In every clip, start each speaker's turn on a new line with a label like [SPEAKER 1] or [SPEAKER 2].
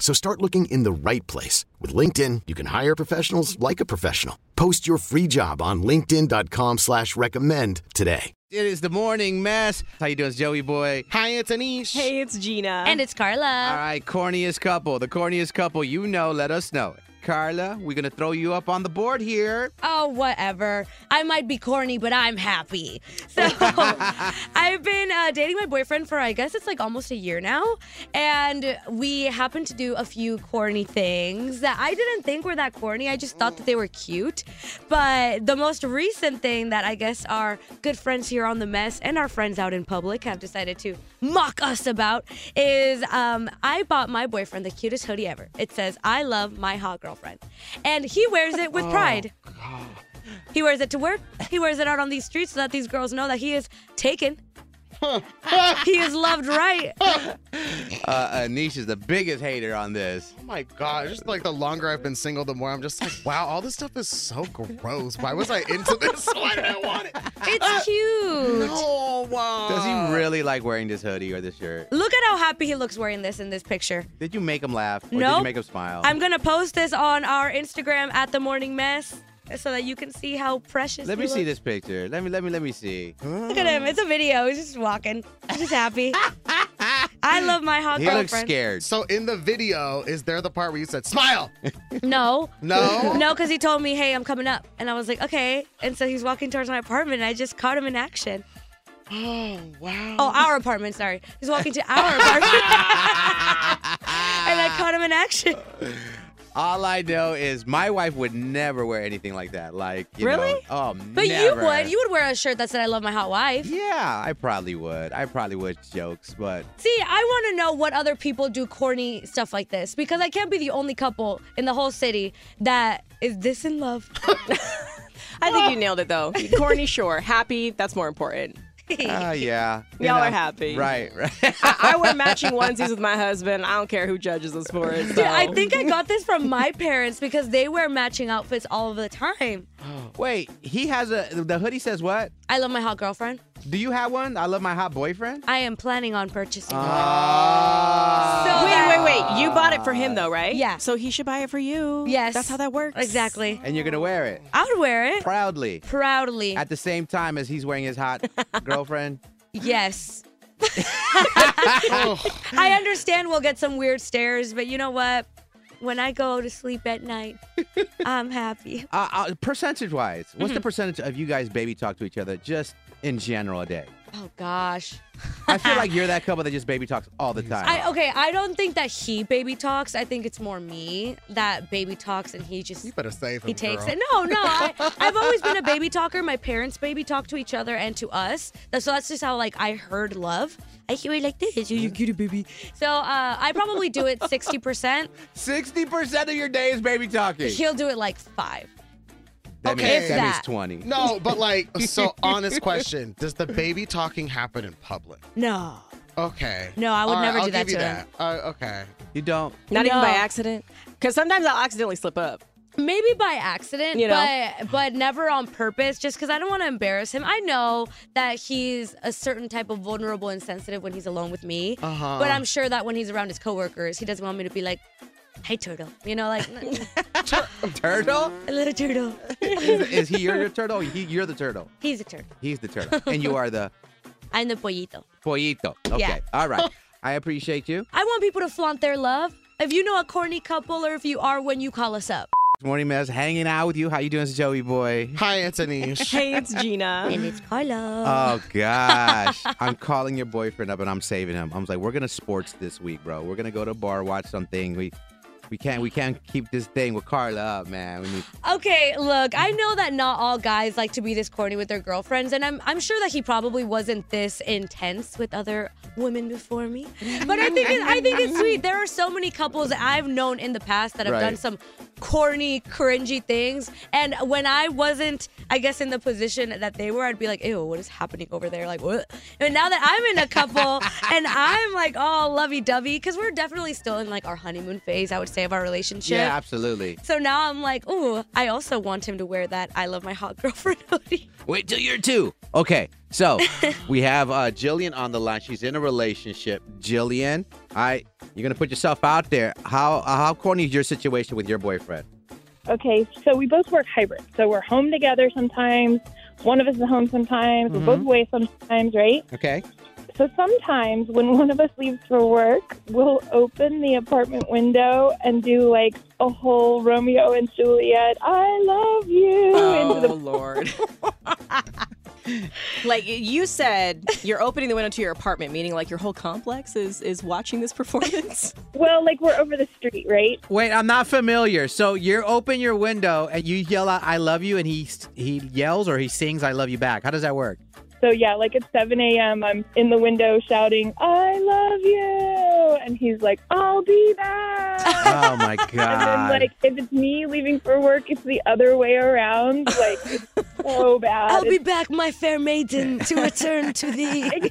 [SPEAKER 1] So start looking in the right place. With LinkedIn, you can hire professionals like a professional. Post your free job on linkedin.com slash recommend today.
[SPEAKER 2] It is the morning mess. How you doing, it's Joey boy? Hi, it's Anish.
[SPEAKER 3] Hey, it's Gina.
[SPEAKER 4] And it's
[SPEAKER 2] All
[SPEAKER 4] Carla.
[SPEAKER 2] right, corniest couple. The corniest couple you know, let us know it. Carla, we're going to throw you up on the board here.
[SPEAKER 4] Oh, whatever. I might be corny, but I'm happy. So I've been uh, dating my boyfriend for, I guess it's like almost a year now. And we happened to do a few corny things that I didn't think were that corny. I just thought that they were cute. But the most recent thing that I guess our good friends here on the mess and our friends out in public have decided to mock us about is um, I bought my boyfriend the cutest hoodie ever. It says, I love my hot girlfriend. And he wears it with pride. He wears it to work. He wears it out on these streets so that these girls know that he is taken. he is loved right.
[SPEAKER 2] Uh, Anish is the biggest hater on this.
[SPEAKER 5] Oh my god! Just like the longer I've been single, the more I'm just like, wow, all this stuff is so gross. Why was I into this? Why did I want it?
[SPEAKER 4] It's cute.
[SPEAKER 5] Oh wow!
[SPEAKER 2] Does he really like wearing this hoodie or this shirt?
[SPEAKER 4] Look at how happy he looks wearing this in this picture.
[SPEAKER 2] Did you make him laugh? Or Did
[SPEAKER 4] Nope.
[SPEAKER 2] you make him smile?
[SPEAKER 4] I'm going to post this on our Instagram at the morning mess so that you can see how precious
[SPEAKER 2] let
[SPEAKER 4] he
[SPEAKER 2] me see
[SPEAKER 4] looks.
[SPEAKER 2] this picture. Let me let me let me see.
[SPEAKER 4] Look at him. It's a video. He's just walking. He's just happy. I love my hot
[SPEAKER 2] He
[SPEAKER 4] girlfriend.
[SPEAKER 2] looks scared.
[SPEAKER 5] So in the video, is there the part where you said smile?
[SPEAKER 4] No.
[SPEAKER 5] No?
[SPEAKER 4] No, because he told me, hey, I'm coming up. And I was like, okay. And so he's walking towards my apartment, and I just caught him in action. Oh, wow. Oh, our apartment, sorry. He's walking to our apartment. and I caught him in action.
[SPEAKER 2] All I know is my wife would never wear anything like that. Like you
[SPEAKER 4] Really?
[SPEAKER 2] Know, oh,
[SPEAKER 4] But
[SPEAKER 2] never.
[SPEAKER 4] you would. You would wear a shirt that said, I love my hot wife.
[SPEAKER 2] Yeah, I probably would. I probably would jokes, but
[SPEAKER 4] See, I want to know what other people do corny stuff like this because I can't be the only couple in the whole city that is this in love.
[SPEAKER 3] I think you nailed it though. Corny, sure. Happy, that's more important.
[SPEAKER 2] ah, yeah.
[SPEAKER 3] Y'all are happy.
[SPEAKER 2] Right, right.
[SPEAKER 3] I, I wear matching onesies with my husband. I don't care who judges us for it. So.
[SPEAKER 4] Dude, I think I got this from my parents because they wear matching outfits all of the time.
[SPEAKER 2] Wait, he has a the hoodie says what?
[SPEAKER 4] I love my hot girlfriend.
[SPEAKER 2] Do you have one? I love my hot boyfriend.
[SPEAKER 4] I am planning on purchasing
[SPEAKER 3] Ah.
[SPEAKER 2] Ah.
[SPEAKER 4] So-
[SPEAKER 3] Wait, wait, wait. You bought it for him though, right?
[SPEAKER 4] Yeah.
[SPEAKER 3] So he should buy it for you.
[SPEAKER 4] one. Yes.
[SPEAKER 3] That's how that works.
[SPEAKER 4] Exactly.
[SPEAKER 2] and you're gonna wear it
[SPEAKER 4] I would wear it
[SPEAKER 2] proudly
[SPEAKER 4] proudly.
[SPEAKER 2] at the same time as he's wearing his hot girlfriend.
[SPEAKER 4] yes.
[SPEAKER 5] Oh,
[SPEAKER 4] I understand we'll get some weird stares, but you know what? When I go to sleep at night, I'm happy.
[SPEAKER 2] Uh, uh, percentage wise, what's the percentage of you guys baby talk to each other just in general a day?
[SPEAKER 4] Oh gosh.
[SPEAKER 2] I feel like you're that couple that just baby talks all the time.
[SPEAKER 4] I oh okay, I don't think that he baby talks. I think it's more me that baby talks and he just
[SPEAKER 5] you better save him.
[SPEAKER 4] He takes
[SPEAKER 5] girl.
[SPEAKER 4] it. No, no. I, I've always been a baby talker. My parents baby talk to each other and to us. That- So that's just how like I heard love. I hear it like this. You're cute, baby. So uh, I probably do it sixty percent.
[SPEAKER 2] Sixty percent of your day is baby talking.
[SPEAKER 4] He'll do it like five.
[SPEAKER 2] That
[SPEAKER 5] Okay.
[SPEAKER 2] means,
[SPEAKER 5] If
[SPEAKER 2] that means
[SPEAKER 4] that.
[SPEAKER 2] twenty.
[SPEAKER 5] No, but like, so honest question: Does the baby talking happen in public?
[SPEAKER 4] No.
[SPEAKER 5] Okay.
[SPEAKER 4] No, I would
[SPEAKER 5] All right,
[SPEAKER 4] never do
[SPEAKER 5] I'll
[SPEAKER 4] that
[SPEAKER 5] give you
[SPEAKER 4] to
[SPEAKER 5] that.
[SPEAKER 4] him.
[SPEAKER 5] Uh, okay.
[SPEAKER 2] You don't.
[SPEAKER 3] Not even
[SPEAKER 4] No.
[SPEAKER 3] by accident. Because sometimes I'll accidentally slip up.
[SPEAKER 4] Maybe by accident,
[SPEAKER 3] You know.
[SPEAKER 4] but but never on purpose. Just because I don't want to embarrass him. I know that he's a certain type of vulnerable and sensitive when he's alone with me.
[SPEAKER 5] Uh-huh.
[SPEAKER 4] But I'm sure that when he's around his coworkers, he doesn't want me to be like, "Hey, turtle," you know, like
[SPEAKER 2] Turtle?
[SPEAKER 4] a little turtle.
[SPEAKER 2] is he your, your turtle? He, you're the turtle.
[SPEAKER 4] He's a turtle.
[SPEAKER 2] He's the turtle. And you are the
[SPEAKER 4] I'm the pollito.
[SPEAKER 2] pollito. Okay.
[SPEAKER 4] Yeah.
[SPEAKER 2] All right. I appreciate you.
[SPEAKER 4] I want people to flaunt their love. If you know a corny couple or if you are one, you call us up.
[SPEAKER 2] Morning Mess, hanging out with you. How you doing, it's Joey boy?
[SPEAKER 5] Hi, it's Anish.
[SPEAKER 3] Hey, it's Gina.
[SPEAKER 4] And it's Carla.
[SPEAKER 2] Oh gosh, I'm calling your boyfriend up and I'm saving him. I'm like, we're gonna sports this week, bro. We're gonna go to a bar, watch something. We, we can't, we can't keep this thing with Carla up, man. We need.
[SPEAKER 4] okay, look, I know that not all guys like to be this corny with their girlfriends, and I'm I'm sure that he probably wasn't this intense with other women before me. But I think it, I think it's sweet. There are so many couples that I've known in the past that have
[SPEAKER 2] Right.
[SPEAKER 4] done some corny, cringy things, and when I wasn't, I guess, in the position that they were, I'd be like, "Ew, what is happening over there?" Like, what? And now that I'm in a couple, and I'm like, "Oh, lovey-dovey," because we're definitely still in like our honeymoon phase, I would say, of our relationship.
[SPEAKER 2] Yeah, absolutely.
[SPEAKER 4] So now I'm like, ooh, I also want him to wear that I love my hot girlfriend hoodie.
[SPEAKER 2] Wait till you're two. Okay, so we have uh, Jillian on the line. She's in a relationship. Jillian, I, you're gonna put yourself out there. How uh, how corny is your situation with your boyfriend?
[SPEAKER 6] Okay, so we both work hybrid. So we're home together sometimes. One of us is home sometimes. We're both away sometimes, right?
[SPEAKER 2] Okay.
[SPEAKER 6] So sometimes when one of us leaves for work, we'll open the apartment window and do like a whole Romeo and Juliet, I love you. into
[SPEAKER 3] Oh
[SPEAKER 6] the-
[SPEAKER 3] Lord. like you said, you're opening the window to your apartment, meaning like your whole complex is is watching this performance.
[SPEAKER 6] well, like we're over the street, right?
[SPEAKER 2] Wait, I'm not familiar. So you open your window and you yell out "I love you," and he he yells or he sings "I love you" back. How does that work?
[SPEAKER 6] So yeah, like at 7 a.m., I'm in the window shouting, I love you. And he's like, I'll be back.
[SPEAKER 2] Oh my
[SPEAKER 6] And then, like, if it's me leaving for work, it's the other way around. Like, it's so bad.
[SPEAKER 4] I'll be back, my fair maiden, to return to thee.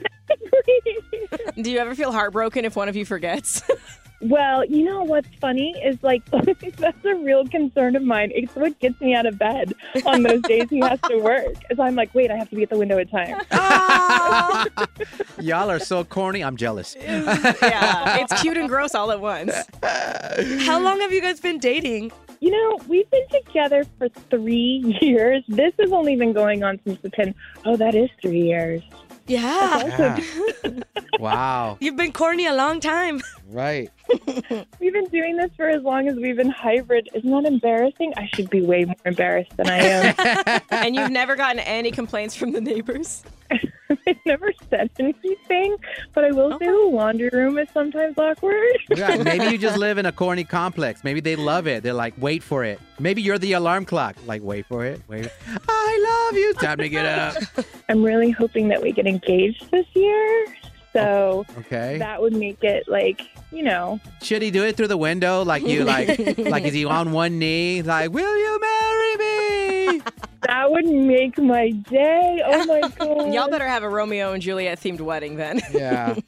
[SPEAKER 3] Do you ever feel heartbroken if one of you forgets?
[SPEAKER 6] well, you know what's funny is, like, that's a real concern of mine. It's what gets me out of bed on those days he has to work. Is I'm like, wait, I have to be at the window in time.
[SPEAKER 2] Y'all are so corny. I'm jealous.
[SPEAKER 3] yeah, it's cute and gross all at once.
[SPEAKER 4] How long have you guys been dating?
[SPEAKER 6] You know, we've been together for three years. This has only been going on since the pin. Oh, that is three years.
[SPEAKER 4] Yeah.
[SPEAKER 2] wow.
[SPEAKER 4] You've been corny a long time.
[SPEAKER 2] Right.
[SPEAKER 6] We've been doing this for as long as we've been hybrid. Isn't that embarrassing? I should be way more embarrassed than I am.
[SPEAKER 3] And you've never gotten any complaints from the neighbors.
[SPEAKER 6] I never said anything, but I will say the laundry room is sometimes awkward.
[SPEAKER 2] Yeah, maybe you just live in a corny complex. Maybe they love it. They're like, wait for it. Maybe you're the alarm clock. Like, wait for it. Wait. I love you. Time to get up.
[SPEAKER 6] I'm really hoping that we get engaged this year. So
[SPEAKER 2] Okay.
[SPEAKER 6] that would make it like, you know,
[SPEAKER 2] Should he do it through the window? Like you like like is he on one knee? Like, will you marry me?
[SPEAKER 6] that would make my day. Oh my god.
[SPEAKER 3] Y'all better have a Romeo and Juliet themed wedding then.
[SPEAKER 2] Yeah.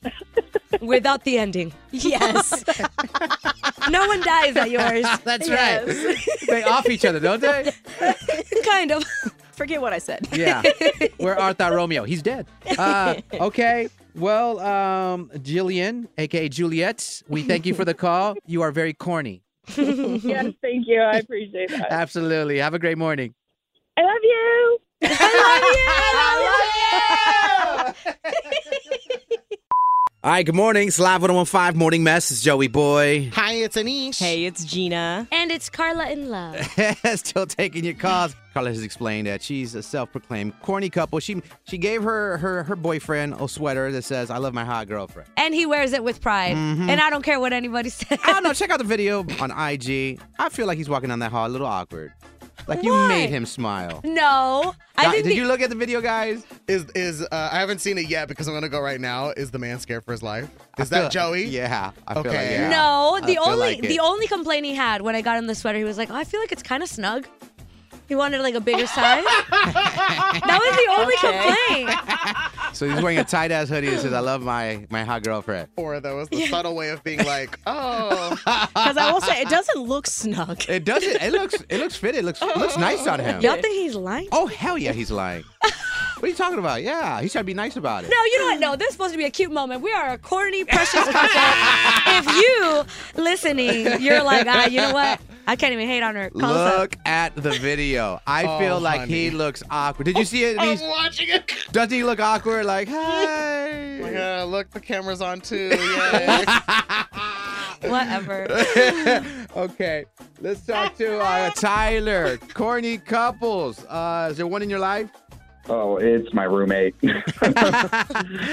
[SPEAKER 4] Without the ending.
[SPEAKER 3] Yes.
[SPEAKER 4] No one dies at yours.
[SPEAKER 2] That's right.
[SPEAKER 3] Yes.
[SPEAKER 2] They off each other, don't they?
[SPEAKER 4] kind of.
[SPEAKER 3] Forget what I said.
[SPEAKER 2] Yeah. Where art thou, Romeo? He's dead. Uh, okay. Well, um, Jillian, aka Juliet, we thank you for the call. You are very corny.
[SPEAKER 6] Yes, thank you. I appreciate
[SPEAKER 2] Uh,
[SPEAKER 6] that.
[SPEAKER 2] Absolutely. Have a great morning.
[SPEAKER 6] I love you.
[SPEAKER 2] All right. Good morning. It's Live 1015 Morning Mess. It's Joey Boy.
[SPEAKER 5] Hi, it's Anish.
[SPEAKER 3] Hey, it's Gina.
[SPEAKER 4] And it's Carla in love.
[SPEAKER 2] Still taking your calls. Carla has explained that she's a self-proclaimed corny couple. She she gave her her her boyfriend a sweater that says "I love my hot girlfriend."
[SPEAKER 4] And he wears it with pride.
[SPEAKER 2] Mm-hmm.
[SPEAKER 4] And I don't care what anybody says.
[SPEAKER 2] I don't know. Check out the video on IG. I feel like he's walking down that hall a little awkward. Like you
[SPEAKER 4] Why?
[SPEAKER 2] made him smile.
[SPEAKER 4] No. I
[SPEAKER 2] Guy-
[SPEAKER 4] think
[SPEAKER 2] Did
[SPEAKER 4] the-
[SPEAKER 2] you look at the video, guys?
[SPEAKER 5] Is is uh, I haven't seen it yet because I'm gonna go right now. Is the man scared for his life? Is
[SPEAKER 2] I
[SPEAKER 5] that
[SPEAKER 2] feel-
[SPEAKER 5] Joey?
[SPEAKER 2] Yeah. I feel like,
[SPEAKER 5] Okay.
[SPEAKER 2] yeah.
[SPEAKER 4] No,
[SPEAKER 2] I
[SPEAKER 4] the
[SPEAKER 2] feel
[SPEAKER 4] only
[SPEAKER 2] like it.
[SPEAKER 4] the only complaint he had when I got him the sweater, he was like, "Oh, I feel like it's kind of snug." He wanted like a bigger size. that was the only complaint.
[SPEAKER 2] So he's wearing a tight ass hoodie that says "I love my my hot girlfriend."
[SPEAKER 5] Or that was the subtle way of being like, oh,
[SPEAKER 3] Because I will say, it doesn't look snug.
[SPEAKER 2] It doesn't. It looks it looks fitted. It looks it looks nice on him.
[SPEAKER 4] Y'all think he's lying?
[SPEAKER 2] Oh hell yeah, he's lying. what are you talking about? Yeah, he's trying to be nice about it.
[SPEAKER 4] No, you know what? No, this is supposed to be a cute moment. We are a corny, precious couple. if you listening, you're like, ah, you know what? I can't even hate on her. Call us up.
[SPEAKER 2] Look at the video. I
[SPEAKER 5] Oh,
[SPEAKER 2] feel like he
[SPEAKER 5] honey.
[SPEAKER 2] looks awkward. Did you see it?
[SPEAKER 5] I'm
[SPEAKER 2] He's-
[SPEAKER 5] watching it.
[SPEAKER 2] doesn't he look awkward? Like, hi.
[SPEAKER 5] Yeah, look, the camera's on too. Yay.
[SPEAKER 4] Whatever.
[SPEAKER 7] okay, let's talk to uh, Tyler. Corny couples. Uh, is there one in your life?
[SPEAKER 8] Oh, it's my roommate.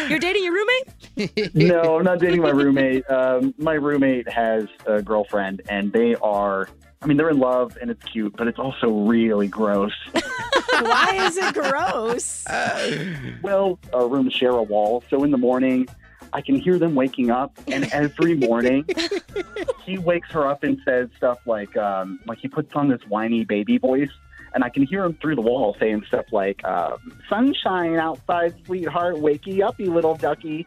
[SPEAKER 4] You're dating your roommate?
[SPEAKER 8] no, I'm not dating my roommate. Um, my roommate has a girlfriend, and they are. I mean, they're in love, and it's cute, but it's also really gross.
[SPEAKER 3] Why is it gross?
[SPEAKER 8] well, our rooms share a wall, so in the morning, I can hear them waking up, and every morning, he wakes her up and says stuff like, um, like he puts on this whiny baby voice, and I can hear him through the wall saying stuff like, um, "Sunshine outside, sweetheart, wakey up, you little ducky."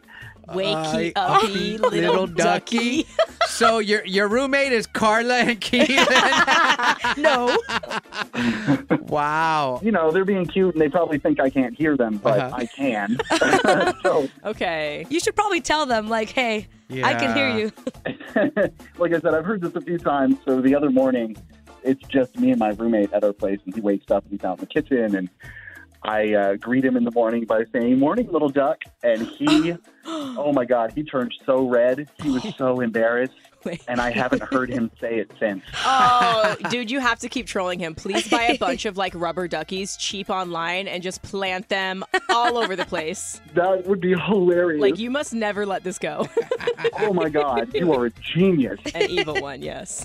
[SPEAKER 7] I-
[SPEAKER 3] Wakey uppy
[SPEAKER 7] uh,
[SPEAKER 3] little,
[SPEAKER 7] little
[SPEAKER 3] ducky.
[SPEAKER 7] ducky. so your your roommate is Carla and Keelan.
[SPEAKER 3] No.
[SPEAKER 7] wow.
[SPEAKER 8] You know, they're being cute, and they probably think I can't hear them, but
[SPEAKER 7] Uh-huh.
[SPEAKER 8] I can. so,
[SPEAKER 3] Okay.
[SPEAKER 4] You should probably tell them, like, hey, I can hear
[SPEAKER 7] Yeah.
[SPEAKER 4] you.
[SPEAKER 8] like I said, I've heard this a few times. So the other morning, it's just me and my roommate at our place, and he wakes up and he's out in the kitchen, and I uh, greet him in the morning by saying "Morning, little duck," and he, oh my God, he turned so red. He was so embarrassed,
[SPEAKER 3] Wait.
[SPEAKER 8] and I haven't heard him say it since.
[SPEAKER 3] Oh, dude, you have to keep trolling him. Please buy a bunch of like rubber duckies cheap online and just plant them all over the place.
[SPEAKER 8] That would be hilarious.
[SPEAKER 3] Like, you must never let this go.
[SPEAKER 8] oh my God, you are a genius.
[SPEAKER 3] An evil one, yes.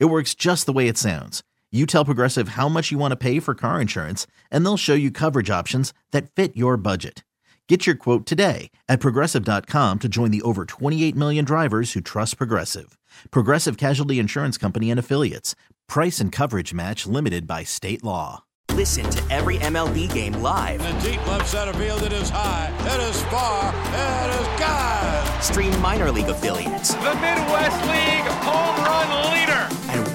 [SPEAKER 2] It works just the way it sounds. You tell Progressive how much you want to pay for car insurance, and they'll show you coverage options that fit your budget. Get your quote today at progressive.com to join the over 28 million drivers who trust Progressive. Progressive Casualty Insurance Company and Affiliates. Price and coverage match limited by state law.
[SPEAKER 1] Listen to every MLB game live.
[SPEAKER 2] The deep left center field, it is high, it is far, it is God.
[SPEAKER 1] Stream minor league affiliates
[SPEAKER 2] The Midwest League home run leader.
[SPEAKER 1] and